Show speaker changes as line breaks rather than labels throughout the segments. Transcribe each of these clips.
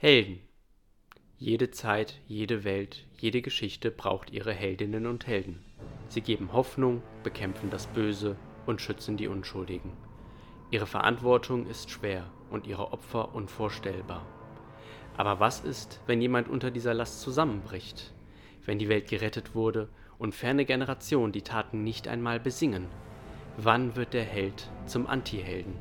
Helden. Jede Zeit, jede Welt, jede Geschichte braucht ihre Heldinnen und Helden. Sie geben Hoffnung, bekämpfen das Böse und schützen die Unschuldigen. Ihre Verantwortung ist schwer und ihre Opfer unvorstellbar. Aber was ist, wenn jemand unter dieser Last zusammenbricht? Wenn die Welt gerettet wurde und ferne Generationen die Taten nicht einmal besingen? Wann wird der Held zum Antihelden?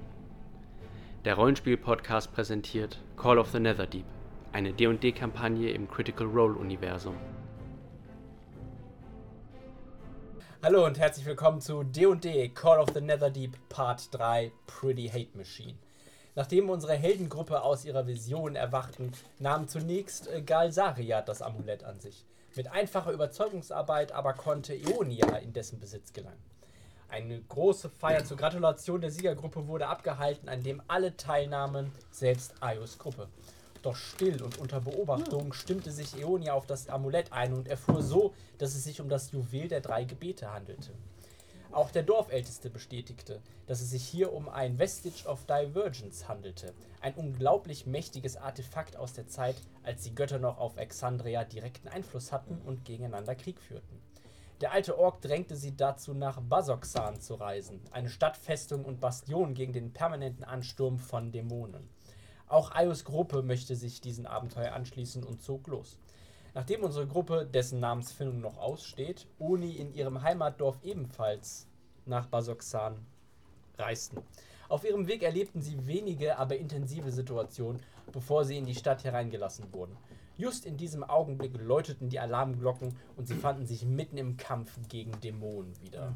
Der Rollenspiel-Podcast präsentiert Call of the Netherdeep, eine D&D-Kampagne im Critical Role-Universum.
Hallo und herzlich willkommen zu D&D Call of the Netherdeep Part 3 Pretty Hate Machine. Nachdem unsere Heldengruppe aus ihrer Vision erwachten, nahm zunächst äh, Galsaria das Amulett an sich. Mit einfacher Überzeugungsarbeit aber konnte Eonia in dessen Besitz gelangen. Eine große Feier zur Gratulation der Siegergruppe wurde abgehalten, an dem alle teilnahmen, selbst Ayos Gruppe. Doch still und unter Beobachtung stimmte sich Eonia auf das Amulett ein und erfuhr so, dass es sich um das Juwel der drei Gebete handelte. Auch der Dorfälteste bestätigte, dass es sich hier um ein Vestige of Divergence handelte, ein unglaublich mächtiges Artefakt aus der Zeit, als die Götter noch auf Exandria direkten Einfluss hatten und gegeneinander Krieg führten. Der alte Ork drängte sie dazu, nach Basoxan zu reisen, eine Stadtfestung und Bastion gegen den permanenten Ansturm von Dämonen. Auch Ayos Gruppe möchte sich diesem Abenteuer anschließen und zog los. Nachdem unsere Gruppe, dessen Namensfindung noch aussteht, Oni in ihrem Heimatdorf ebenfalls nach Basoxan reisten. Auf ihrem Weg erlebten sie wenige, aber intensive Situationen, bevor sie in die Stadt hereingelassen wurden. Just in diesem Augenblick läuteten die Alarmglocken und sie fanden sich mitten im Kampf gegen Dämonen wieder.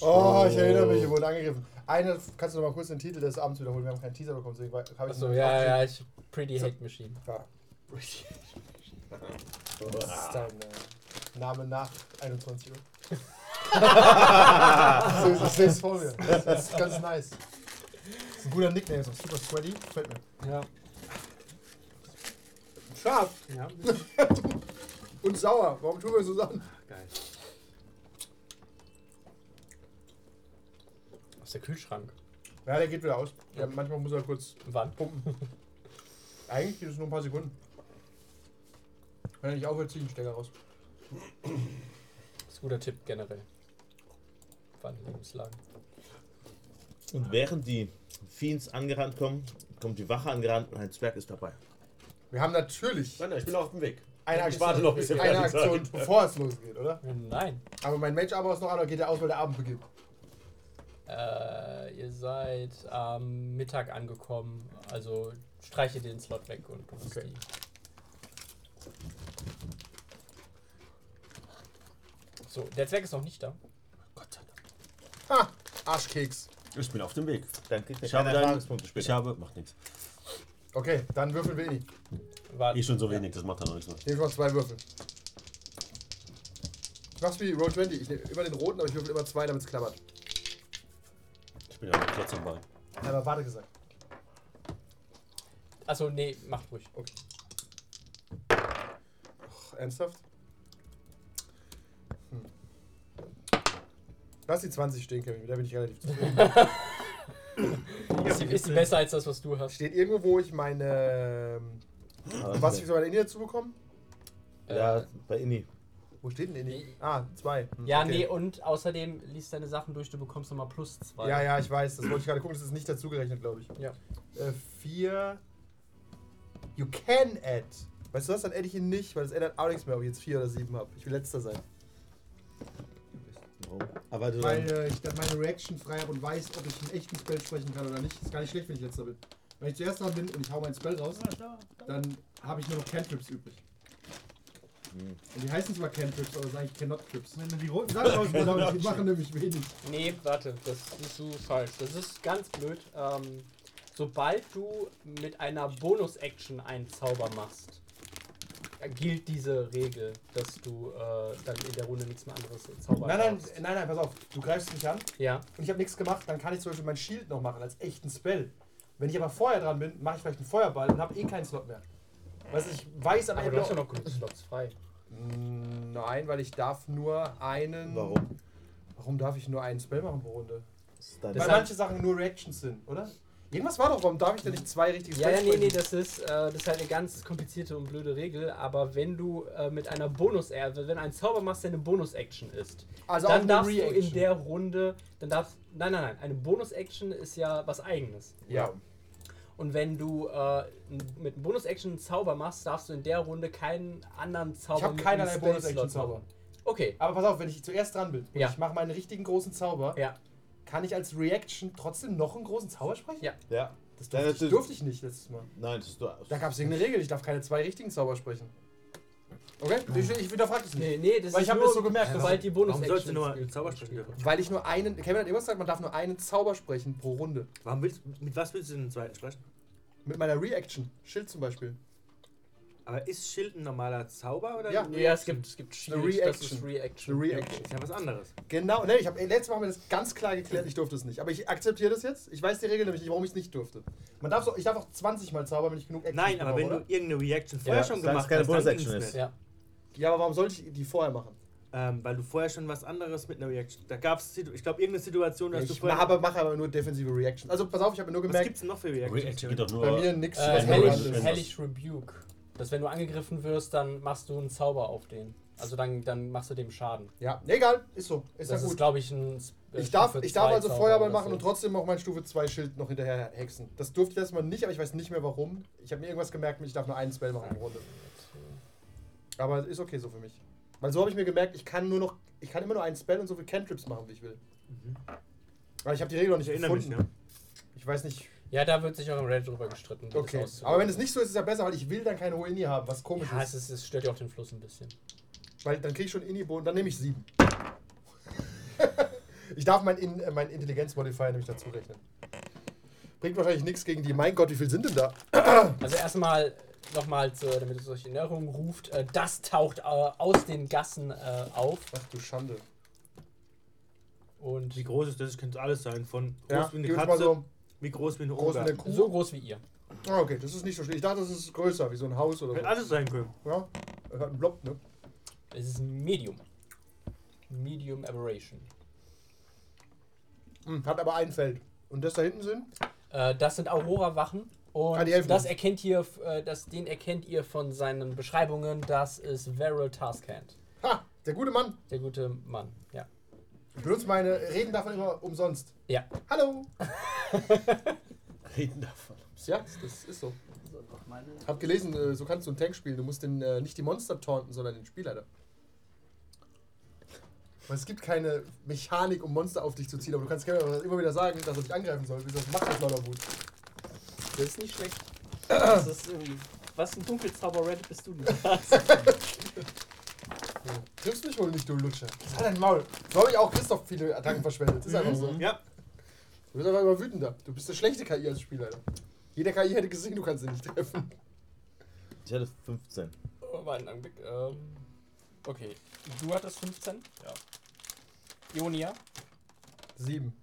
Oh, ich erinnere mich, wir wurden angegriffen. Eine, kannst du noch mal kurz den Titel des Abends wiederholen? Wir haben keinen Teaser bekommen, deswegen habe ich
Achso,
nicht
ja, ja,
aufgeschrieben.
ich. Pretty Hate Machine.
ja. Das ist dein äh, Name nach 21 Uhr. so, ich sehe es vor mir. Das ist ganz nice. Das ist ein guter Nickname, ist auch super sweaty. Gefällt mir.
Ja.
Scharf
ja.
und sauer. Warum tun wir so Sachen?
Geil. Aus der Kühlschrank.
Ja, der geht wieder aus. Ja, manchmal muss er kurz
Wann?
pumpen. Eigentlich geht es nur ein paar Sekunden. Wenn er nicht aufhört, ziehe ich den Stecker raus.
Ist ein guter Tipp generell. Wann Lebenslagen.
Und während die Fiends angerannt kommen, kommt die Wache angerannt und ein Zwerg ist dabei.
Wir haben natürlich
Nein, nein, ich bin auf dem Weg.
Eine
Ich warte noch, bis
Aktion,
ihr
eine
fertig
Aktion
seid.
bevor es losgeht, oder?
Nein.
Aber mein Mage Armor ist noch an, oder geht der aus, weil der Abend beginnt?
Äh, ihr seid am Mittag angekommen. Also streiche den Slot weg und du musst
Okay.
die. So, der Zwerg ist noch nicht da.
Gott sei Dank.
Ha! Arschkeks.
Ich bin auf dem Weg.
Dann kriegt er
Ich habe
keine
dann,
Erfahrungspunkte
Ich
später.
habe. Macht nichts.
Okay, dann würfeln wir eh nicht.
War
Eh schon so wenig, das macht dann auch nichts mehr.
Nehmen wir zwei Würfel. Ich mach's wie Roll 20. Ich nehme immer den roten, aber ich würfel immer zwei, damit es klappert.
Ich bin ja noch kurz am Ball.
Aber warte gesagt.
Achso, nee, macht ruhig.
Ach, ernsthaft? Hm. Lass die 20 stehen, Kevin. Da bin ich relativ zufrieden.
Ist die, ist die besser als das, was du hast?
Steht irgendwo, wo ich meine. ähm, Was ich für meine Indie dazu bekommen?
Ja, bei Inni.
Wo steht denn Indie? Ah, zwei. Hm,
Ja,
okay.
nee, oh, und außerdem liest deine Sachen durch, du bekommst nochmal plus zwei.
Ja, ja, ich weiß. Das wollte ich gerade gucken. Das ist nicht dazugerechnet, glaube ich.
Ja.
Äh, vier. You can add. Weißt du was? Dann add ich ihn nicht, weil das ändert auch nichts mehr, ob ich jetzt vier oder sieben habe. Ich will letzter sein.
Aber du
Weil äh, ich dann meine Reaction frei habe und weiß, ob ich einen echten Spell sprechen kann oder nicht. Ist gar nicht schlecht, wenn ich letzter bin. Wenn ich zuerst dran bin und ich hau meinen Spell raus, dann habe ich nur noch Cantrips übrig.
Hm.
Und die heißen zwar Cantrips, aber sagen ich Cannot Trips. Wenn du die roten Sachen rausgenommen die machen nämlich wenig.
Nee, warte, das ist so falsch. Das ist ganz blöd. Ähm, sobald du mit einer Bonus-Action einen Zauber machst, gilt diese Regel, dass du äh, dann in der Runde nichts mehr anderes zaubern
Nein, nein,
darfst.
nein, nein, pass auf. Du greifst mich an
Ja,
und ich habe nichts gemacht. Dann kann ich zum Beispiel mein Shield noch machen als echten Spell. Wenn ich aber vorher dran bin, mache ich vielleicht einen Feuerball und habe eh keinen Slot mehr. Weißt du, ich weiß am
aber
Ende
du hast ja
auch-
noch genug Slots frei.
Mm, Nein, weil ich darf nur einen.
Warum?
Warum darf ich nur einen Spell machen pro Runde?
Das ist dein
Weil
Deshalb-
manche Sachen nur Reactions sind, oder? Irgendwas war doch, warum darf ich denn nicht zwei richtige
Ja, ja, nee, nee,
sprechen?
das ist, äh, das ist halt eine ganz komplizierte und blöde Regel, aber wenn du äh, mit einer bonus also wenn ein Zauber machst, der eine Bonus-Action ist,
Also auch
dann
eine
darfst du in
Reaction.
der Runde, dann darfst, nein, nein, nein, eine Bonus-Action ist ja was Eigenes.
Ja.
Und wenn du äh, n- mit einem Bonus-Action einen Zauber machst, darfst du in der Runde keinen anderen Zauber
Ich habe
mit einem
keinerlei
Spell-Slot
Bonus-Action-Zauber.
machen. Okay,
Aber pass auf, wenn ich zuerst dran bin und
Ja.
ich mache meinen richtigen großen Zauber,
ja,
kann ich als Reaction trotzdem noch einen großen Zauber sprechen?
Ja.
Ja.
Das
Ja,
durfte, ich,
natürlich.
durfte ich nicht letztes Mal.
Nein, das ist du.
Da gab es irgendeine Regel, ich darf keine zwei richtigen Zauber sprechen. Okay? Ich, ich widerfrage das nicht.
nee, nee, das
Weil
ist
ich hab
nur,
das so gemerkt, dass-
sobald die
Warum
Bonus-Action
sollst du nur
spielt.
Zauber sprechen dürfen?
Weil ich nur einen. Kevin hat immer gesagt, man darf nur einen Zauber sprechen pro Runde.
Warum willst, mit was willst du denn den zweiten sprechen?
Mit meiner Reaction. Schild zum Beispiel.
Aber ist Schild ein normaler Zauber oder?
Ja.
Ja, es gibt, es gibt
Eine
Shield, das ist
Reaction.
Reaction.
Eine Reaction.
Ist ja was anderes.
Genau. Nee, ich hab, letztes Mal haben wir das ganz klar geklärt, ich durfte es nicht. Aber ich akzeptiere das jetzt. Ich weiß die Regel nämlich nicht, warum ich es nicht durfte. Man darf so, ich darf auch 20 Mal zaubern, wenn ich genug Action
Nein, aber
habe,
wenn du
oder?
irgendeine Reaction vorher
Ja,
schon
solange es
gemacht
keine
hast, dann
Bonus-Action
ging's
ist.
nicht.
Ja. Äh,
Ja, aber warum soll ich die vorher machen?
Ähm, weil du vorher schon was anderes mit einer Reaction. Da gab es, ich glaube, irgendeine Situation, dass du
Ich mache
vorher.
aber, mache aber nur defensive Reactions. Also pass auf, ich habe nur
was
gemerkt,
gibt's denn noch für Reactions?
Reaction geht doch nur.
bei mir nix.
Äh,
was
Wenn du-
relevant
wenn
hellish,
ist.
du-
hellish Rebuke. Dass wenn du angegriffen wirst, dann machst du einen Zauber auf den. Also dann, dann machst du dem Schaden.
Ja, nee, egal, ist so. Ist
das ist,
ja gut.
glaube ich, ein. äh,
ich darf,
Stufe
ich darf
zwei
also
Zauber
Feuerball
oder
machen und trotzdem auch mein Stufe 2 Schild noch hinterher hexen. Das durfte ich letztes Mal nicht, aber ich weiß nicht mehr warum. Ich habe mir irgendwas gemerkt, ich darf nur einen Spell machen pro Runde. Aber ist okay so für mich. Weil so habe ich mir gemerkt, ich kann nur noch, ich kann immer nur einen Spell und so viele Cantrips machen, wie ich will.
Mhm.
Weil ich habe die Regel noch nicht
Ich erinnere mich,
gefunden.
ne?
Ich weiß nicht.
Ja, da wird sich auch im Reddit drüber gestritten. wie das
Okay.
auszulösen
Aber wenn es nicht so ist, ist es ja besser, weil ich will dann keine hohe Inni haben, was komisch
Ja, es,
ist.
ist, es stört ja auch den Fluss ein bisschen.
Weil dann kriege ich schon Inni-Boden, dann nehme ich sieben. ich darf mein, In äh, mein Intelligenz-Modifier nämlich dazu rechnen. Bringt wahrscheinlich nichts gegen die. Mein Gott, wie viel sind denn da?
Also erstmal nochmal, zu- damit es euch in Erinnerung ruft, äh, das taucht äh, aus den Gassen äh, auf.
Ach du Schande.
Und
Wie groß ist das? Das könnte alles sein. Von groß
Ja,
wie eine
gib uns mal
Katze,
so
wie groß wie eine
groß wie
Oger.
eine Kuh.
so groß wie ihr.
Ah, okay, das ist nicht so schlimm. Ich dachte, das ist größer, wie so ein Haus oder
Hätte
so.
alles sein können.
Ja, er hat einen Blob, ne?
Es ist ein Medium. Medium Aberration.
Hm, Hat aber ein Feld. Und das da hinten sind?
Äh, das sind Aurora-Wachen. Und
Ah, die helfen
das
uns.
erkennt ihr, f- äh, das, den erkennt ihr von seinen Beschreibungen. Das ist Veryl Taskhand.
Ha! Der gute Mann.
Der gute Mann, ja.
Ich benutze meine Reden davon immer umsonst.
Ja.
Hallo!
Reden davon.
Ja, das ist so. Hab gelesen, äh, so kannst du einen Tank spielen. Du musst den, äh, nicht die Monster taunten, sondern den Spielleiter. Weil es gibt keine Mechanik, um Monster auf dich zu ziehen, aber du kannst Kevin immer wieder sagen, dass er dich angreifen soll. Das macht das lauter Wut.
Das ist nicht schlecht. Das ist irgendwie. Was ein Dunkelzauber Red bist du denn?
Triffst mich wohl nicht, du Lutscher. Halt dein Maul. So habe ich auch Christoph viele Attacken verschwendet. Ist
Mhm.
einfach so. Du
Ja.
bist einfach immer wütender. Du bist eine schlechte KI als Spielleiter. Jeder KI hätte gesehen, du kannst ihn nicht treffen.
Ich hatte 15.
Oh, warte, einen Augenblick. Ähm, okay. Du hattest 15? Ja. Ionia,
Sieben.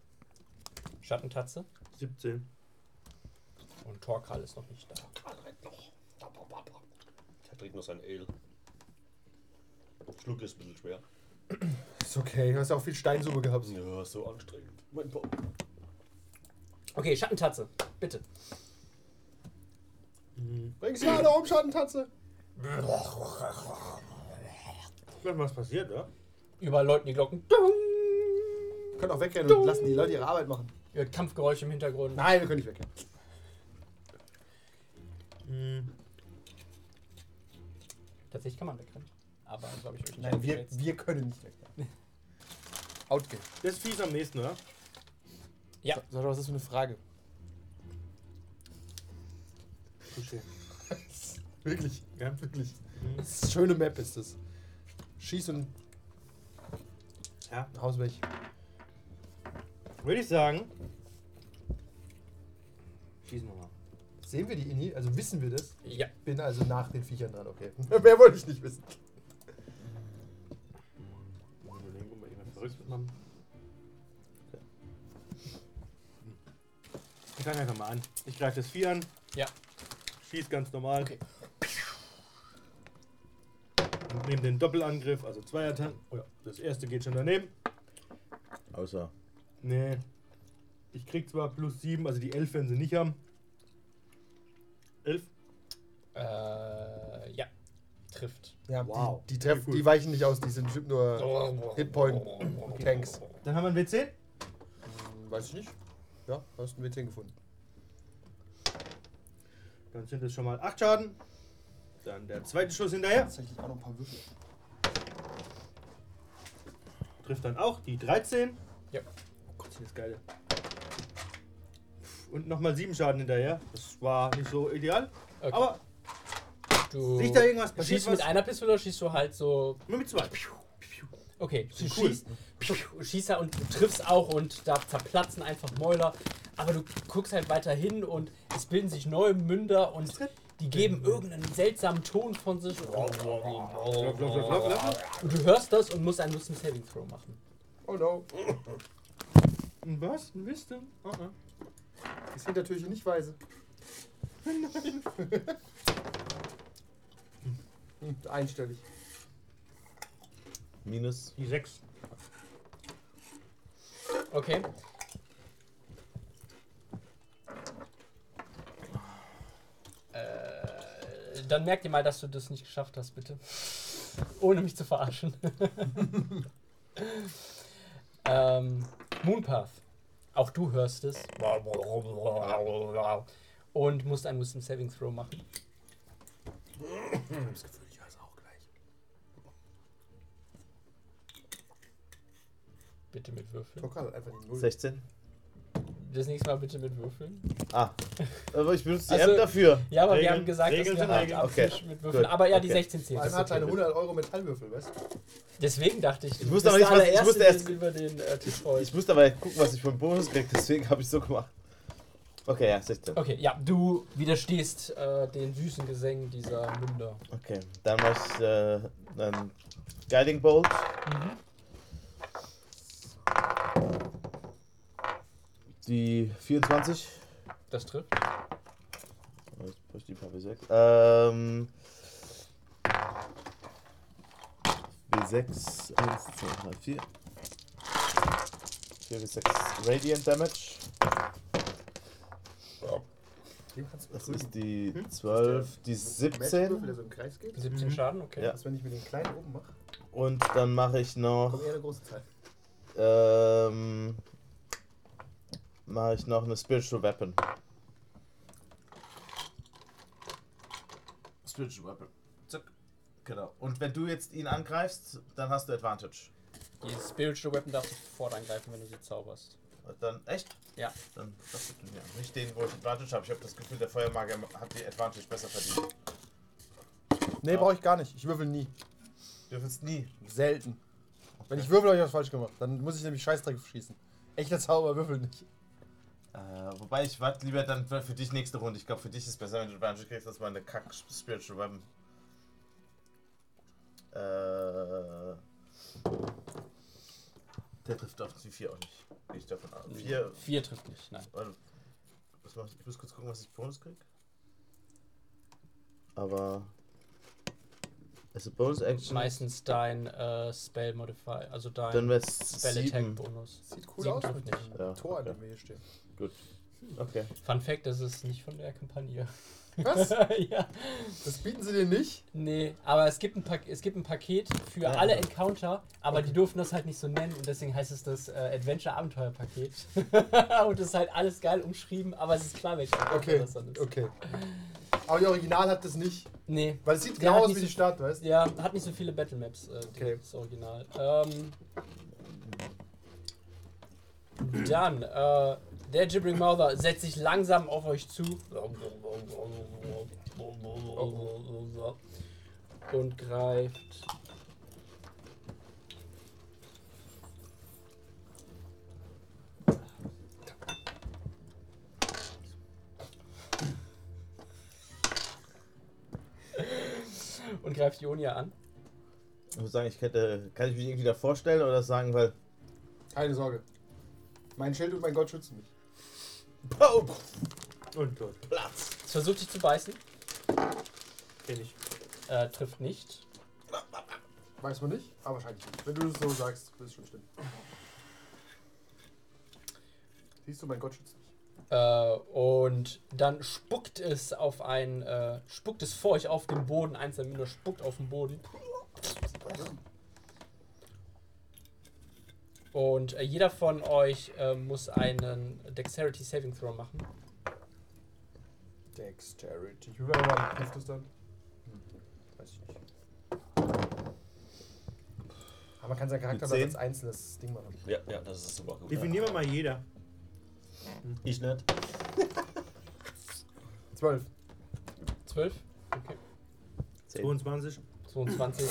Schattentatze.
17.
Und Torkal ist noch nicht da.
Der trinkt noch sein Ale. Schluck ist ein bisschen schwer.
Ist okay. Du hast ja auch viel Steinsuppe gehabt.
Ja, so anstrengend. Mein Bauch.
Okay, Schattentatze, bitte.
Bring sie alle um, Schattentatze.
Ich weiß, was passiert, ja?
Überall läuten die Glocken. Dung!
Können auch wegrennen und lassen die Leute ihre Arbeit machen.
Ihr hört Kampfgeräusche im Hintergrund.
Nein, wir können nicht wegrennen.
Tatsächlich kann man wegrennen. Aber glaube ich euch nicht.
Nein, wir,
aufgerätzt.
wir können nicht wegrennen. Outgame.
Das ist fies am nächsten, oder?
Ja.
Sag doch, was ist das für eine Frage?
Touché.
Wirklich,
Ja.
wirklich. Das ist eine schöne Map ist das. Schieß und
Ja.
haus weg.
Würde ich sagen. Schießen wir mal.
Sehen wir die Inni? Also wissen wir das?
Ja.
Bin also nach den Viechern dran, okay. Mehr wollte ich nicht wissen.
Mal überlegen, ob wir irgendwas Verrücktes machen. Okay. Ich fange einfach mal an. Ich greife das Vieh an.
Ja.
Schieß ganz normal.
Okay.
Und nehme den Doppelangriff, also zwei Attacken. Oh ja, das erste geht schon daneben.
Außer.
Nee. Ich krieg zwar plus 7, also die 11 werden sie nicht haben. 11?
Äh, ja. Trifft.
Ja,
Wow.
die, die, treffen, die weichen nicht aus, die sind bestimmt nur Hitpoint-Tanks.
Dann haben wir einen W10.
Weiß ich nicht. Ja, hast du einen W10 gefunden.
Dann sind es schon mal 8 Schaden. Dann der zweite Schuss hinterher.
Tatsächlich auch noch ein paar Würfel.
Trifft dann auch die 13.
Ja.
Oh Gott, sind das geile. Und nochmal 7 Schaden hinterher. Das war nicht so ideal.
Okay.
Aber
Du
Riecht da irgendwas? Passiert
schießt mit
was?
einer Pistole oder schießt du halt so
nur mit 2.
Okay, du
cool.
schießt, du schießt da und du triffst auch und da zerplatzen einfach Mäuler. Aber du guckst halt weiter hin und es bilden sich neue Münder und die geben irgendeinen seltsamen Ton von sich. Und du hörst das und musst einen Wisdom Saving Throw machen.
Oh no.
Was? Ein Wisdom? Oh, oh.
Ist Hintertürchen nicht weise. Nein. Einstellig.
Minus.
Die 6.
Okay. Äh, Dann merk dir mal, dass du das nicht geschafft hast, bitte. Ohne mich zu verarschen. ähm, Moonpath. Auch du hörst es. Und musst einen Wisdom Saving Throw machen. Ich habe das Gefühl, ich weiß auch gleich. Bitte mit Würfeln.
Tokal hat also einfach die Null.
16.
Das nächste Mal bitte mit Würfeln.
Ah. Aber ich benutze die
Also-
App dafür.
Ja, aber wir
Regeln-
haben gesagt,
Regeln
dass
sind
wir hart
Regeln.
am
Okay,
Tisch mit Würfeln.
gut,
Aber ja, die
okay.
16 zählt.
Man
Das
hat
ist okay.
eine 100 Euro Metallwürfel, weißt du?
Deswegen dachte ich,
Ich wusste
bist
aber nicht,
der
was- ich
allererste,
wusste erst-
der über den äh, Tisch rollt.
Ich musste aber gucken, was ich für einen Bonus kriege, deswegen habe ich so gemacht. Okay, ja, 16.
Okay, ja, du widerstehst äh, den süßen Gesängen dieser Münder.
Okay, dann mach ich äh, einen Guiding Bolt. Mhm. Die 24.
Das trifft.
Oh, Jetzt brauche ich die paar W6. Ähm. W6, 1, 2, 3, 4. 4 W6 Radiant Damage. Das ist die 12, die
Metallwürfel,
17.
der so im Kreis geht.
17 Schaden, okay.
Mhm. Ja.
Was, wenn ich mir den kleinen oben mache?
Und dann mache ich noch.
Kommt eher eine große Zahl.
Ähm. Mache ich noch eine Spiritual Weapon. Spiritual Weapon. Zack. Genau. Und wenn du jetzt ihn angreifst, dann hast du Advantage.
Die Spiritual Weapon darfst du sofort angreifen, wenn du sie zauberst.
Dann, echt?
Ja.
Dann das tut mir Nicht den, wo ich Advantage habe. Ich habe das Gefühl, der Feuermagier hat die Advantage besser verdient.
Nee, brauche ich gar nicht. Ich würfel nie.
Du würfelst nie.
Selten. Wenn ich würfel, habe ich was falsch gemacht. Dann muss ich nämlich Scheißdreck schießen. Echter Zauber würfelt nicht.
Äh, wobei ich warte lieber dann für für dich nächste Runde. Ich glaube, für dich ist besser, wenn du Advantage kriegst, als meine Kack-Spiritual Weapon. Äh. Der trifft auf die 4 auch nicht. Gehe ich davon aus. 4.
Vier trifft nicht, nein.
Warte. Was mach ich? ich muss kurz gucken, was ich Bonus krieg. Aber. Es ist Bonus-Action.
Meistens dein äh, Spell Modify, also
Dann
dein
wäre es
Spell Attack
7.
Bonus.
Sieht cool
Sieben
aus
trifft
mit
nicht.
dem
Ja,
Tor, an
okay.
dem wir hier stehen.
Okay.
Fun Fact, das ist nicht von der Kampagne.
Was?
ja.
Das bieten sie dir nicht?
Nee, aber es gibt ein, Pak es gibt ein Paket für
Ja.
alle Encounter, aber die durften das halt nicht so nennen und deswegen heißt es das äh, Adventure-Abenteuer-Paket. und das ist halt alles geil umschrieben, aber es ist klar, welches
Okay,
das dann ist.
okay. Aber die Original hat das nicht.
Nee,
Weil es sieht
Der
genau
hat
aus
nicht
wie die
so-
Stadt, weißt du?
ja, hat nicht so viele Battlemaps, äh,
Okay.
das Original. Ähm, dann, äh, der Gibbering Mouther setzt sich langsam auf euch zu und greift und greift Ionia an.
Ich muss sagen, ich hätte, kann ich mich irgendwie da vorstellen oder sagen, weil.
Keine Sorge. Mein Schild und mein Gott schützen mich.
Oh,
Und tot.
Es versucht dich zu beißen,
Kenn ich.
äh, trifft nicht.
Weiß man nicht, aber wahrscheinlich nicht. Wenn du es so sagst, wird es schon stimmen. Siehst du, mein Gott schützt mich.
Äh, und dann spuckt es auf ein, äh, spuckt es vor euch auf den Boden. Eins der Miner spuckt auf den Boden. Und äh, jeder von euch äh, muss einen Dexterity Saving Throw machen.
Dexterity. Wie war das das dann? Weiß ich nicht. Aber man kann seinen Charakter
Mit
dann als
zehn?
einzelnes Ding machen.
Ja, ja, das ist super gut.
Definieren wir mal jeder.
Ich nicht.
Zwölf.
12? Okay.
22.
22.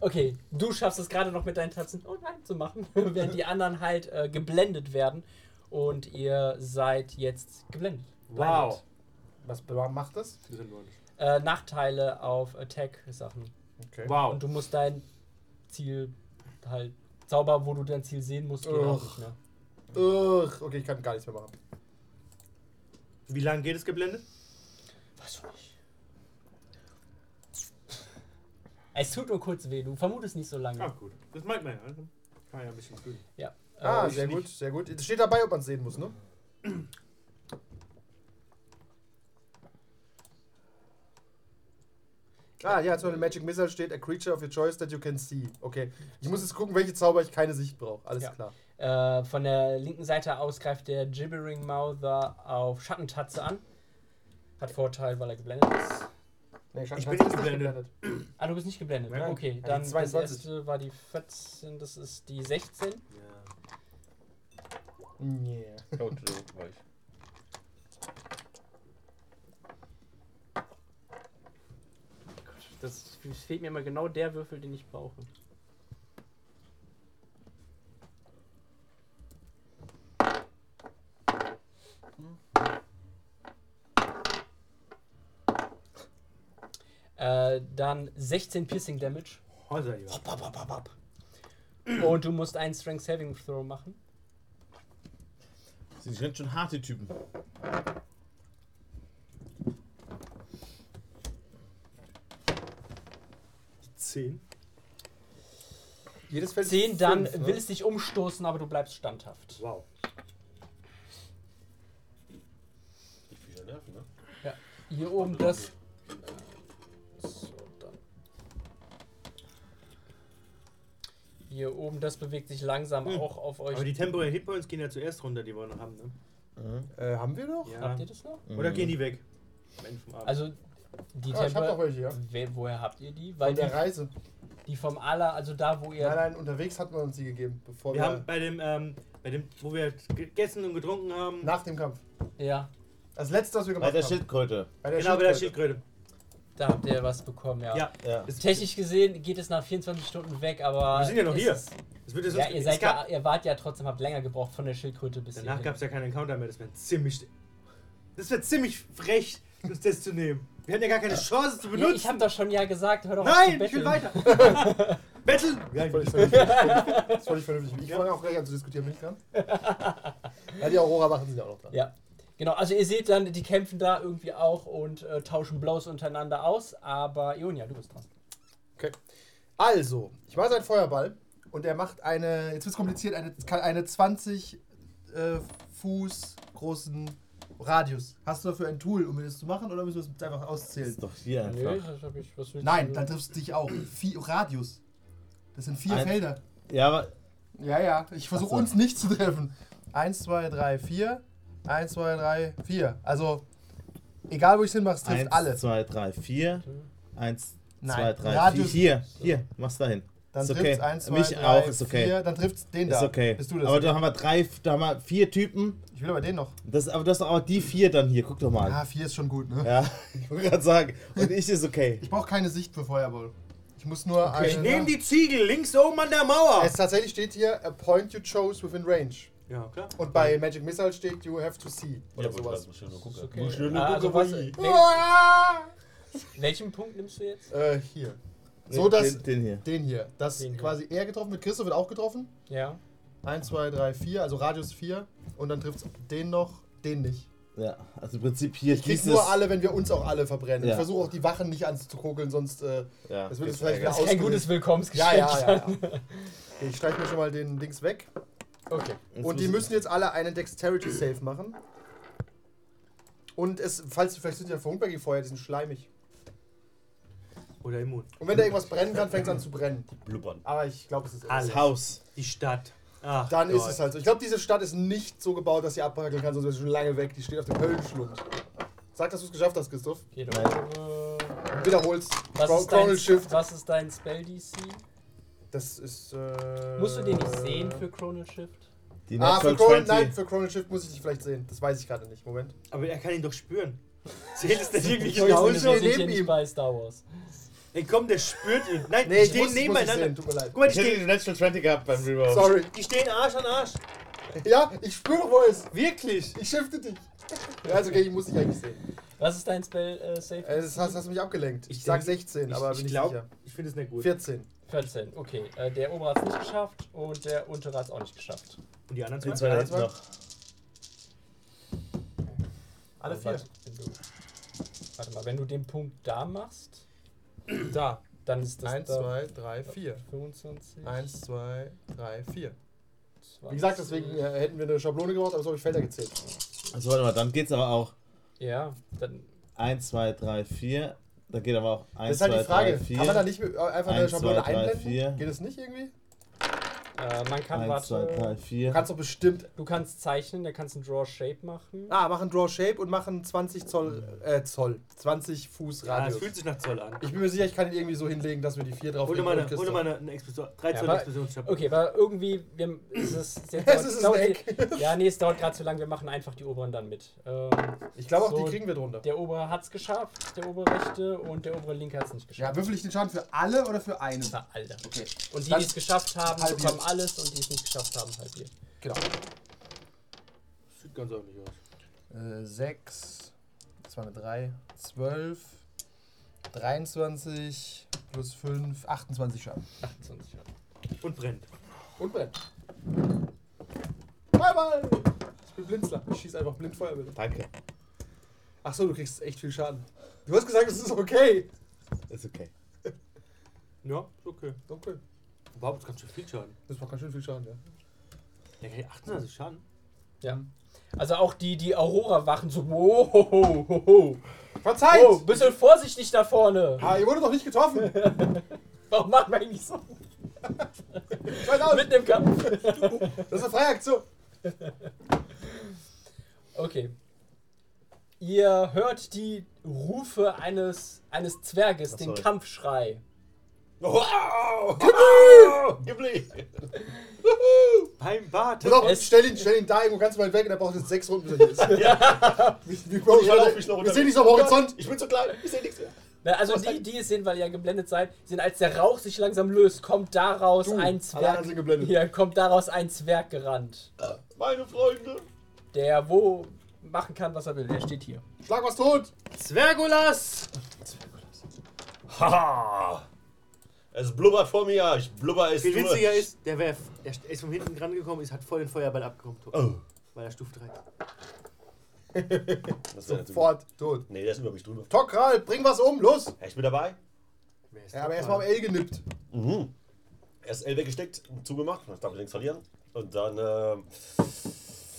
Okay, du schaffst es gerade noch mit deinen Tatzen oh nein zu machen, während die anderen halt äh, geblendet werden. Und ihr seid jetzt geblendet.
Wow.
Was be- macht das?
Das ist logisch.
Blinded. Äh, Nachteile auf Attack-Sachen.
Okay.
Wow.
Und du musst dein Ziel halt Zauber, wo du dein Ziel sehen musst, gehen auch
Ugh.
nicht mehr.
Ugh, okay, ich kann gar nichts mehr machen.
Wie lange geht es geblendet?
Weiß du nicht. Es tut nur kurz weh, du vermutest nicht so lange.
Ah, gut. Das meint man ja. ne? Kann man ja ein bisschen fühlen.
Ja.
Ah,
Äh,
sehr gut, sehr gut. Es steht dabei, ob man es sehen muss, ne? Ah, ja, zum Beispiel Magic Missile steht, a creature of your choice that you can see. Okay. Ich muss jetzt gucken, welche Zauber ich keine Sicht brauche. Alles
Ja.
klar.
Äh, von der linken Seite aus greift der Gibbering Mouther auf Schattentatze an. Hat Vorteil, weil er geblendet ist.
Nee,
Ich bin nicht geblendet.
Ah, du bist nicht geblendet.
Nein,
okay,
die
dann das
22.
erste war die 14, das ist die 16.
Nee.
Code, du, weil ich.
Das es fehlt mir immer genau der Würfel, den ich brauche.
Äh, dann 16 Piercing Damage.
Häuser, ja.
Und du musst einen Strength Saving Throw machen.
Sind ganz schön harte Typen.
Die 10.
Jedes Feld ist
10, dann
fünf, ne?
will es dich umstoßen, aber du bleibst standhaft.
Wow.
Ich wieder nerven, ne?
Hier oben das. So, dann. Hier oben das bewegt sich langsam auch auf euch.
Hm. Aber die temporären Hitpoints gehen ja zuerst runter, die wir noch haben, ne?
Äh, haben wir noch?
Ja.
Habt ihr das noch?
Mhm.
Oder gehen die weg? Am Ende vom Abend.
Mhm. Also die
Ah, ich hab noch
Temper.
welche, ja.
Wer, woher habt ihr die? Weil
Von
die,
der Reise.
die vom Aller, also da wo ihr.
Nein, nein, unterwegs hat man uns die gegeben, bevor
wir
wir.
äh,
haben bei dem, ähm, bei dem, wo wir gegessen und getrunken haben.
nach dem Kampf.
Ja,
Das letzte, was wir
Bei
Ah,
gemacht
der
haben.
Schildkröte.
Bei der
genau, bei der
Schildkröte.
Schildkröte.
da habt ihr was bekommen, ja.
Ja.
Ja.
Es-
Technisch gesehen geht es nach 24 Stunden weg, aber.
Wir sind ja noch
es
hier.
Ist,
es wird jetzt
ja,
uns-
ihr,
es
seid
gab-
ja, ihr wart ja trotzdem, habt länger gebraucht von der Schildkröte bis
Danach
hierhin.
gab es ja keinen Encounter mehr. Das wäre ziemlich. Das wäre ziemlich frech, das, das zu nehmen. Wir hatten ja gar keine Chance zu
Ja,
benutzen.
ich hab doch schon ja gesagt, hör doch auf zu
Nein, ich
betteln.
will weiter. Battle! Ja, genau.
Völlig vernünftig. Das ist völlig vernünftig. Ich fange auch gleich an zu diskutieren, bin ich dran? Ja, die Aurora machen sind ja auch noch dran.
Ja, genau. Also ihr seht dann, die kämpfen da irgendwie auch und äh, tauschen Blows untereinander aus. Aber Ionia, du bist dran.
Okay. Also, ich mache seinen Feuerball und er macht eine, jetzt wird's kompliziert, eine, eine 20 äh, Fuß großen Radius. Hast du dafür ein Tool, um das zu machen oder müssen wir es einfach
Das
auszählen?
ist doch hier einfach.
das hab ich. Was
Nein, dann triffst du dich auch. Vier, Radius. Das sind vier
Ein-
Felder.
Ja, aber.
Ja, ja. Ich versuche
Ach so.
uns nicht zu treffen. Eins, zwei, drei, vier. Eins, zwei, drei, vier. Also, egal wo ich hinmache, es trifft
Eins,
alle.
zwei, drei, vier. Eins,
Nein,
zwei, drei,
Radius-
vier. Hier, hier, mach's dahin.
Dann
ist
trifft
okay.
es eins, zwei,
Mich
drei,
auch, ist okay.
vier. Dann trifft es den
Ist
da.
okay.
Bist du das?
aber da haben wir drei, da haben wir vier Typen.
ich will aber den noch.
Das, aber das ist doch auch die vier dann hier. Guck doch mal.
Ah, vier ist schon gut, ne?
Also Ja, ich wollte gerade sagen. Und ich ist okay.
Ich brauche keine Sicht für Feuerball. Ich muss nur
ich
eine-
nehme die Ziegel links oben an der Mauer.
Es tatsächlich steht hier, a point you chose within range.
ja, klar.
Und bei Magic Missile steht, you have to see. Oder
ja,
sowas.
Muss ich nur gucken.
Okay. Ah, also was, wel,
Ah!
welchen Punkt nimmst du jetzt?
Äh, hier. So, dass
Den, den hier.
den hier. Das
Den hier.
quasi er getroffen wird. Christoph wird auch getroffen.
Ja.
1, 2, 3, 4, also Radius 4. Und dann trifft den noch, den nicht.
Ja, also im Prinzip hier
Ich krieg
dieses.
nur alle, wenn wir uns auch alle verbrennen.
Ja.
Ich versuche auch die Wachen nicht anzukokeln, sonst äh,
Ja.
das wird es vielleicht wieder
Das ist kein
ausgelöst.
gutes Willkommensgeschenk.
Ja, ja, ja. ja. Okay, ich streiche mir schon mal den Dings weg.
Okay.
Jetzt
Und die
müssen-
müssen jetzt alle einen Dexterity Save machen. Und es, falls vielleicht sind die ja verhungert gegen Feuer, die sind schleimig.
Oder immun.
Und wenn da irgendwas brennen kann, fängt es an zu brennen.
blubbern.
Aber ich glaube, es ist
Das Haus.
Die Stadt. Ach
Dann
Gott.
ist es halt so. Ich glaube, diese Stadt ist nicht so gebaut, dass sie abbrackeln kann, sonst wäre sie schon lange weg. Die steht auf dem Höllenschlund. Sag, dass du es geschafft hast, Christoph.
Geht
Nein.
um.
Wiederholst.
Was
Crawl-
ist, dein,
Crawl Shift.
was ist dein Spell DC?
Das ist. Äh,
Musst du den nicht sehen für Chronal Shift?
Die
Ah, für
Natural
Chronal,
20.
nein, für Chronal Shift muss ich dich vielleicht sehen. Das weiß ich gerade nicht. Moment.
Aber er kann ihn doch spüren. Zählt es denn wirklich
Soll ich
genau
sie
so?
Wir sind
neben
hier nicht
ihm.
bei Star Wars.
Nee, komm, der spürt ihn. Nein,
Nee,
die
ich muss,
stehen
muss ich sehen.
nebeneinander.
Tut mir leid.
Guck mal, die
Ich hätte
stehen,
den Natural 20 gehabt beim Reroll.
Sorry.
die stehen Arsch an Arsch.
Ja, ich spüre, wo er ist.
Wirklich?
Ich shifte dich. Ja, also, okay, ich muss dich eigentlich sehen.
Was ist dein Spell äh, Save?
Äh, Das hast, hast du mich abgelenkt.
Ich
Ich sag
denk-
16,
ich-
aber
ich
bin ich
glaub-
sicher.
Ich finde es nicht gut.
14.
14, okay. Äh, der obere hat es nicht geschafft und der untere hat es auch nicht geschafft.
Und die anderen
Die
zwei? Ah,
zwei da hinten noch.
Alle
Also,
vier.
Warte, wenn du, warte mal, wenn du den Punkt da machst,
Da.
dann ist das
Eins,
da
zwei, drei, vier.
25.
Eins, zwei, drei, vier.
20.
Wie gesagt, deswegen äh, hätten wir eine Schablone gemacht, aber so habe ich Felder gezählt.
Also warte mal, dann geht's aber auch
Ja, dann
1, 2, 3, 4. Dann geht aber auch 1,
das ist halt
2,
die Frage.
3, 4.
Kann man da nicht mit- äh, einfach eine
Eins,
Schablone
zwei, drei,
einblenden?
vier.
Geht das nicht irgendwie?
äh, man kann
1,
warte.
2, 3,
Du
4.
kannst doch bestimmt.
Du kannst zeichnen, der kannst einen Draw Shape machen.
Ah, machen Draw Shape und machen 20 Zoll. Äh, Zoll. 20 Fuß
Ja, es
Radius.
fühlt sich nach Zoll an.
ich bin mir sicher, ich kann ihn irgendwie so hinlegen, dass wir die vier drauf
Ohne
legen
mal
und
eine,
Christoph.
ohne mal eine, eine Explosion. 3
Ja,
Zoll
aber-
Explosionsstab.
Okay, aber irgendwie, wir, haben- es ist, es jetzt
Es ist ein
dauert,
Eck.
Ja, nee, es dauert gerade zu lang, wir machen einfach die oberen dann mit. Ähm,
Ich glaube auch,
So.
die kriegen wir drunter.
der obere hat's geschafft, der obere rechte und der obere linke hat's nicht
Ja,
geschafft.
würfel ich den Schaden für alle oder für einen?
Na, Alter.
Okay.
Und die,
Dann
die es geschafft haben,
halbiert.
bekommen alles und die es nicht geschafft haben, halbiert.
Genau.
Sieht ganz ordentlich aus.
6, Äh, das war eine 3, 12, 23 plus 5, 28 Schaden.
28 Jahre.
Und brennt.
Und brennt. Bye bye! Ich bin Blinzler. Ich schieß einfach blind Feuer mit.
Danke.
Achso, du kriegst echt viel Schaden. Du hast gesagt, es ist okay.
Ist okay.
Ja, ist okay.
Okay.
Überhaupt ganz schön viel Schaden.
Das war ganz schön viel Schaden, ja.
Der kann ja 28 Schaden.
Ja. Also auch die, die Aurora wachen so, wow, ho, ho, ho, ho.
Verzeiht!
Oh, bisschen vorsichtig da vorne.
Ah, ihr wurde doch nicht getroffen!
Warum macht man eigentlich so?
Schalt aus!
Mit dem Kampf.
Das ist eine freie Aktion!
Okay. Ihr hört die Rufe enes, eines Zwerges,
Ach,
den
sorry.
Kampfschrei.
Wow! Ghibli!
Beim Bart.
Pass auf,
Es-
stell ihn, stell ihn da irgendwo ganz weit weg und er braucht jetzt sechs Runden, bis er hier ist. ja. Wir, wir, wir,
laufe mich noch
wir
runter.
sehen dich am Horizont!
Ich bin zu klein, ich sehe nichts mehr.
Na, also die, die es sehen, weil ihr geblendet seid, sehen, als der Rauch sich langsam löst, kommt daraus
Du,
ein
alle
Zwerg.
anderen sind geblendet.
Hier kommt daraus ein Zwerg gerannt.
Meine Freunde!
Der wo machen kann, was er will. Der steht hier.
Schlag was tot!
Zwergulas!
Haha!
Es blubbert vor mir, ich blubber es
Viel
durch.
witziger ist, der, wär, der ist von hinten rangekommen, ist, hat voll den Feuerball abgekommen.
Oh,
Weil er Stufe 3 ist.
das wär natürlich-
Sofort tot.
Nee, der ist über mich drüber.
Tokral, bring was um, los!
Ja, ich bin dabei.
Wer ist
Ja,
der
aber
Ball?
erstmal am L genippt.
Mhm. Erst L weggesteckt, zugemacht, das darf ich nichts verlieren. Und dann, ähm,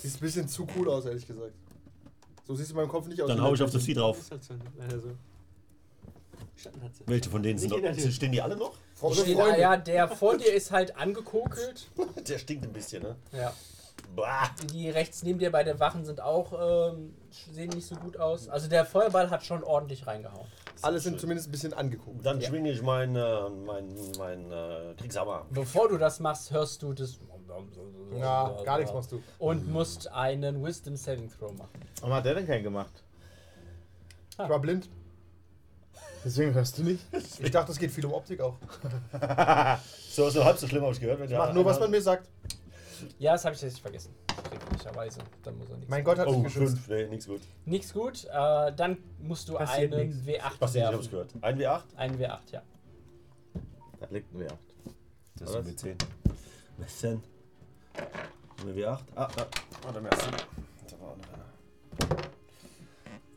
Sieht ein bisschen zu cool aus, ehrlich gesagt. So siehst du in meinem Kopf nicht aus.
dann hau ich auf das Vieh drauf.
Ist halt so, leider so. Schatten hat sie.
Welche von denen sind
Nicht in der
noch?
Tür.
Stehen die alle noch?
Fromme
Steht,
Freunde.
ah, ja, der vor dir ist halt angekokelt.
Der stinkt ein bisschen, ne?
Ja.
Bah!
Die, die rechts neben dir bei der Wachen sind auch, ähm, sehen nicht so gut aus. Also der Feuerball hat schon ordentlich reingehauen.
Alle sind zumindest ein bisschen angeguckt.
Dann
Ja.
schwinge ich meinen äh, mein, mein, äh, Kriegshammer.
Bevor du das machst, hörst du das.
Ja, gar nichts machst du.
Und musst einen Wisdom Saving Throw machen.
Warum hat der denn keinen gemacht?
Ich war blind.
Deswegen hörst du nicht?
Ich dachte, es geht viel um Optik auch.
So ist nur halb so schlimm, habe ich gehört. Wenn
Ich mach nur, was man mir sagt.
Ja, das habe ich jetzt vergessen. Glücklicherweise. Dann muss er nichts.
Mein Gott hat mich
Oh,
geschützt.
fünf, nee, nichts gut.
Nichts gut. Äh, dann musst du
Passiert
einen
nichts.
W8
Was ich hab's
werfen.
gehört. Ein W8?
Einen W8, ja.
Da legten wir ab.
Das ist ein W10. Was denn? Eine W8? Ah, da. Ah, da merkst du. Da war auch noch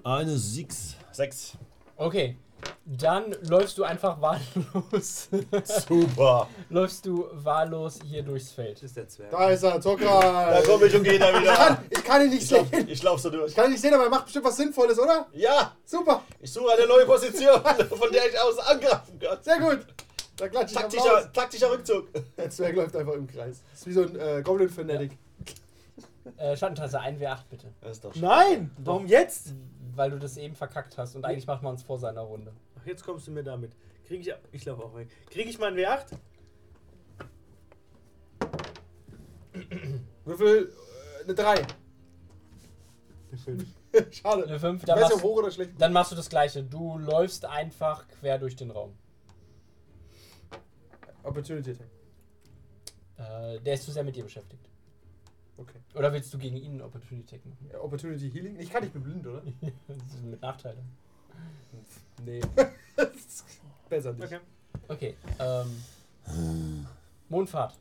einer. Eine 6. 6.
Okay. Dann läufst du einfach wahllos.
Super.
läufst du wahllos hier durchs Feld.
Das ist der Zwerg.
Da ist er, Zocker.
Da komme ich und gehe da wieder.
Ich kann ihn nicht sehen.
Ich laufe so durch.
Ich kann ihn nicht sehen, aber er macht bestimmt was Sinnvolles, oder?
Ja,
Super,
ich suche eine neue Position, von der ich aus angreifen kann.
sehr gut. Da klatsche ich Applaus.
Taktischer, taktischer Rückzug.
Der Zwerg läuft einfach im Kreis. Das ist wie so ein äh, Goblin Fanatic.
Äh, Schattentanze 1W8 bitte.
Das ist doch schön.
Nein! Warum jetzt?
Weil du das eben verkackt hast und eigentlich macht man es vor seiner Runde.
Ach, jetzt kommst du mir damit. Krieg ich. Ich laufe auch weg. Krieg ich mal einen W8?
Würfel äh, eine 3. Schade.
Eine 5,
Ich
dann,
weiß nicht,
machst,
ob hoch oder schlecht.
dann machst du das gleiche. Du läufst einfach quer durch den Raum.
Opportunity Attack.
Äh, der ist zu sehr mit dir beschäftigt.
Okay.
Oder willst du gegen ihn einen Opportunity Attack machen?
Ja, Opportunity Healing? Ich kann nicht, ich bin blind, oder?
Das ist mit Nachteilen.
Nee. Besser nicht.
Okay.
Okay, ähm. Mondfahrt.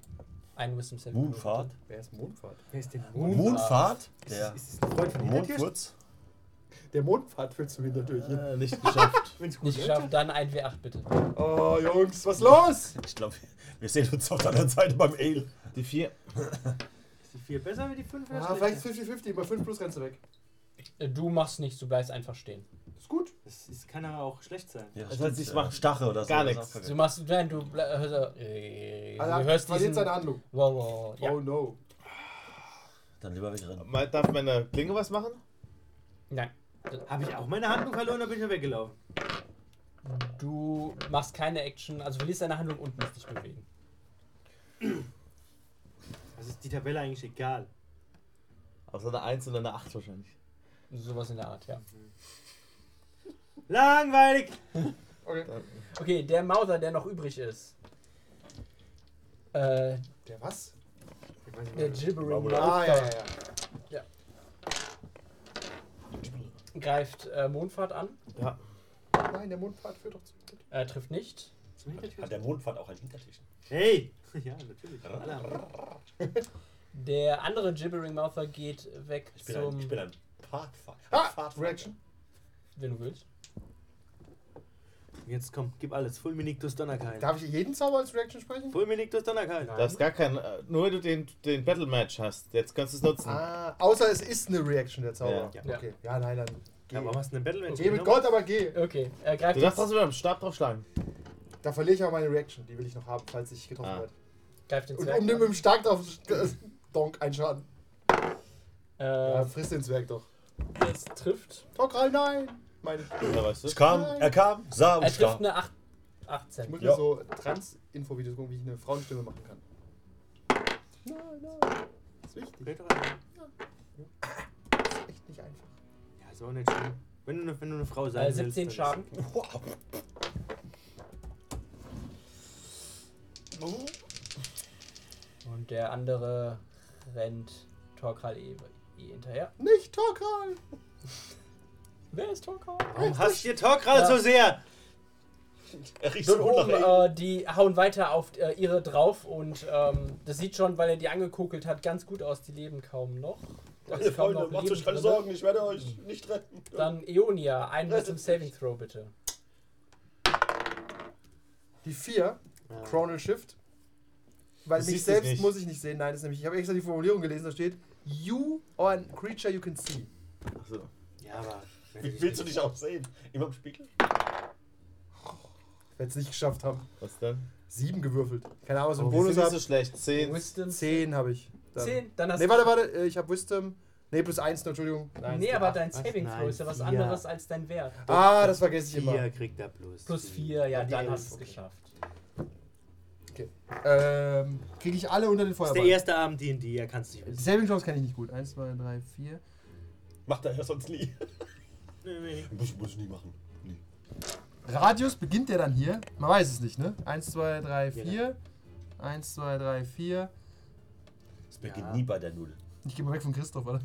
Ein Wisdom Saving. Throw,
Moonfahrt?
Wer ist Mondfahrt?
Wer ist denn?
Moonfahrt? Der
Ist das ein Freund von Hintertür?
Mondwurz?
Der Mondfahrt führt zum Hintertürchen.
Äh, nicht geschafft.
Wenn es gut
Nicht
ist.
geschafft, dann ein W8 bitte.
Oh, Jungs, was los?
Ich glaube, wir sehen uns auf der anderen Seite beim Ale.
Die vier.
Ist die 4 besser wie die 5?
Ah, vielleicht 50-50, bei 5 plus rennst du weg.
Äh, Du machst nichts, du bleibst einfach stehen.
Ist gut.
Das ist, kann aber auch schlecht sein.
Ja,
Also, stimmt, ich mach
Stache oder so.
gar nichts.
Du machst, nein, du ble- äh, hörst, äh,
Also,
du hörst
verliert
diesen...
seine Handlung.
Wow, wow, wow. Ja.
Oh no.
Dann lieber wegrennen.
Mal- Darf meine Klinge was machen?
Nein.
Habe ich auch meine Handlung verloren, da bin ich ja weggelaufen.
Du machst keine Action, also verlierst deine Handlung und musst dich bewegen.
Also ist die Tabelle eigentlich egal.
Außer eine 1 und eine 8 wahrscheinlich.
Also Sowas in der Art, ja.
Langweilig!
Okay, der Mauser, der noch übrig ist. Äh,
Der was?
Ich weiß
der
nicht,
Gibbering Mauser
Äh, Ah, ja, ja, ja.
greift äh, Mondfahrt an.
Ja.
Nein, der Mondfahrt führt doch zu.
Äh, trifft nicht.
zum Hintertür.
Hat der Mondfahrt auch einen Hintertisch?
Hey! Ja, natürlich. Alle haben-
Der andere Gibbering Mouser geht weg
Ich bin, ein,
zum.
ich bin ein Parkfahrer.
Ah! Reaction.
wenn du willst.
Jetzt komm, gib alles. Fulminictus Donnerkeil.
Darf ich jeden Zauber als Reaction sprechen?
Fulminictus Donnerkeil.
Du hast gar keinen. äh, Nur wenn du den, den Battle Match hast. Jetzt kannst du es nutzen.
Ah, außer es ist eine Reaction, der Zauber.
Ja. Ja.
Okay. Ja, nein, dann. Geh.
Ja, warum hast du eine Battle Match?
geh mit Gott, aber geh.
Okay, er greift
du darfst
jetzt-
trotzdem mit dem Stab draufschlagen.
Da verliere ich auch meine Reaction, die will ich noch haben, falls ich getroffen
Ah.
werde.
greift den
Und
Zwerg
um den mit
an.
dem Stark drauf. Donk, ein Schaden.
Äh,
Ja, friss den Zwerg doch.
es trifft.
Tokral, nein! Meine ich.
Oder weißt du?
Ich kam, er kam, sah und
Er trifft
starb.
eine 8,
Ich
18.
muss
Ja.
mir so Trans-Info-Videos gucken, wie ich eine Frauenstimme machen kann. Nein, nein. Ist wichtig.
Red doch einfach.
Ist echt nicht einfach.
Ja, ist auch nicht schlimm. Wenn du eine, wenn du eine Frau sein
Äh, 17
willst,
Schaden.
Oh.
Und der andere rennt Torkral eh, eh hinterher.
Nicht Tokral!
Wer ist Torkral?
Warum hast du dir Tor gerade so sehr?
Er riecht
Dort
so gut
oben,
nach ihm.
äh, die hauen weiter auf äh, ihre drauf und ähm, das sieht schon, weil er die angekokelt hat, ganz gut aus. Die leben kaum noch. Da
Meine
ist kaum
Freunde,
noch
macht euch
Leben ne?
keine
drin.
Sorgen, ich werde euch nicht retten.
Dann Eonia, ein Wisdom Saving Throw bitte.
Die 4, Chronal Shift. Weil
Du
mich
siehst es
selbst
nicht.
muss ich nicht sehen. Nein, das ist nämlich. Ich habe extra die Formulierung gelesen, da steht You or a creature you can see.
Achso.
Ja, aber. wenn dich
Willst du
nicht-
dich auch sehen? Immer im Spiegel?
Wenn es nicht geschafft haben.
Was denn?
Sieben gewürfelt. Keine Ahnung, was ich
Oh,
im
Bonus
Bonus
ist so
habe.
schlecht. 10.
Wisdom.
Zehn habe ich. Dann.
10? Dann hast
Nee, warte, warte. äh, Ich habe Wisdom. Nee, plus eins, Entschuldigung.
Nein, nee, aber dein
Was?
Saving Throw
Nein,
ist ja was
vier.
anderes als dein Wert.
Ah, das vergesse ich immer.
Vier kriegt er plus.
Plus 4, ja,
Die
dann
Elf,
hast du es
okay.
geschafft.
Ähm, Kriege ich alle unter den
Das ist der
Feuerball?
erste Abend D&D, er kann es nicht
Die
wissen.
Saving Throws kenne ich nicht gut. Eins, zwei, drei, vier.
Macht er ja sonst nie.
Nee, nee.
Muss, muss ich nie machen.
Radius beginnt der dann hier? Man weiß es nicht, ne? 1, 2, 3,
Ja.
4. 1, 2, 3, 4.
Es beginnt nie bei der Null.
Ich gehe mal weg von Christoph, oder?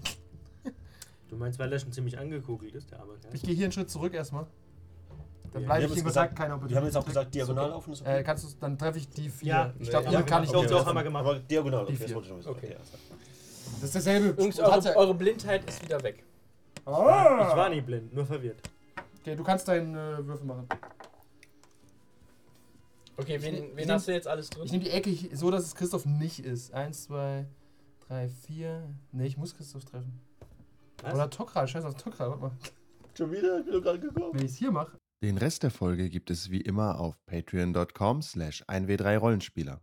Du meinst, weil er schon ziemlich angekugelt ist, der arme Kerl.
Ich gehe hier einen Schritt zurück erstmal. Dann
Ja,
wir
bleibe
haben
ich
jetzt
im Kontakt,
gesagt-
keine
Wir haben
Opportunity.
jetzt auch gesagt, diagonal laufen ist
Äh,
okay.
kannst du, dann treffe ich die 4.
Ja,
ich glaube,
ja,
hier
ja,
kann ich
ich auch
nicht.
so.
treffen.
haben wir gemacht.
Aber diagonal, Genau, okay,
Die
das
vier.
wollte ich schon wissen.
Okay.
alles klar.
Das ist derselbe.
Übrigens,
Und hat's
eure,
ja-
eure Blindheit ist wieder weg.
Ah!
Ich war nie blind, nur verwirrt.
Okay, du kannst deinen äh, Würfel machen.
Okay, wen, wen
nehm-
hast du jetzt alles drin?
Ich nehme die Ecke ich- so, dass es Christoph nicht ist. Eins, zwei, drei, vier. Ne, ich muss Christoph treffen.
Was?
Oder Tokra, scheiß auf Tokra, warte mal.
Schon wieder? Ich bin doch gerade gekommen.
Wenn ich es hier mache.
Den Rest der Folge gibt es wie immer auf patreon.com slash 1w3rollenspieler.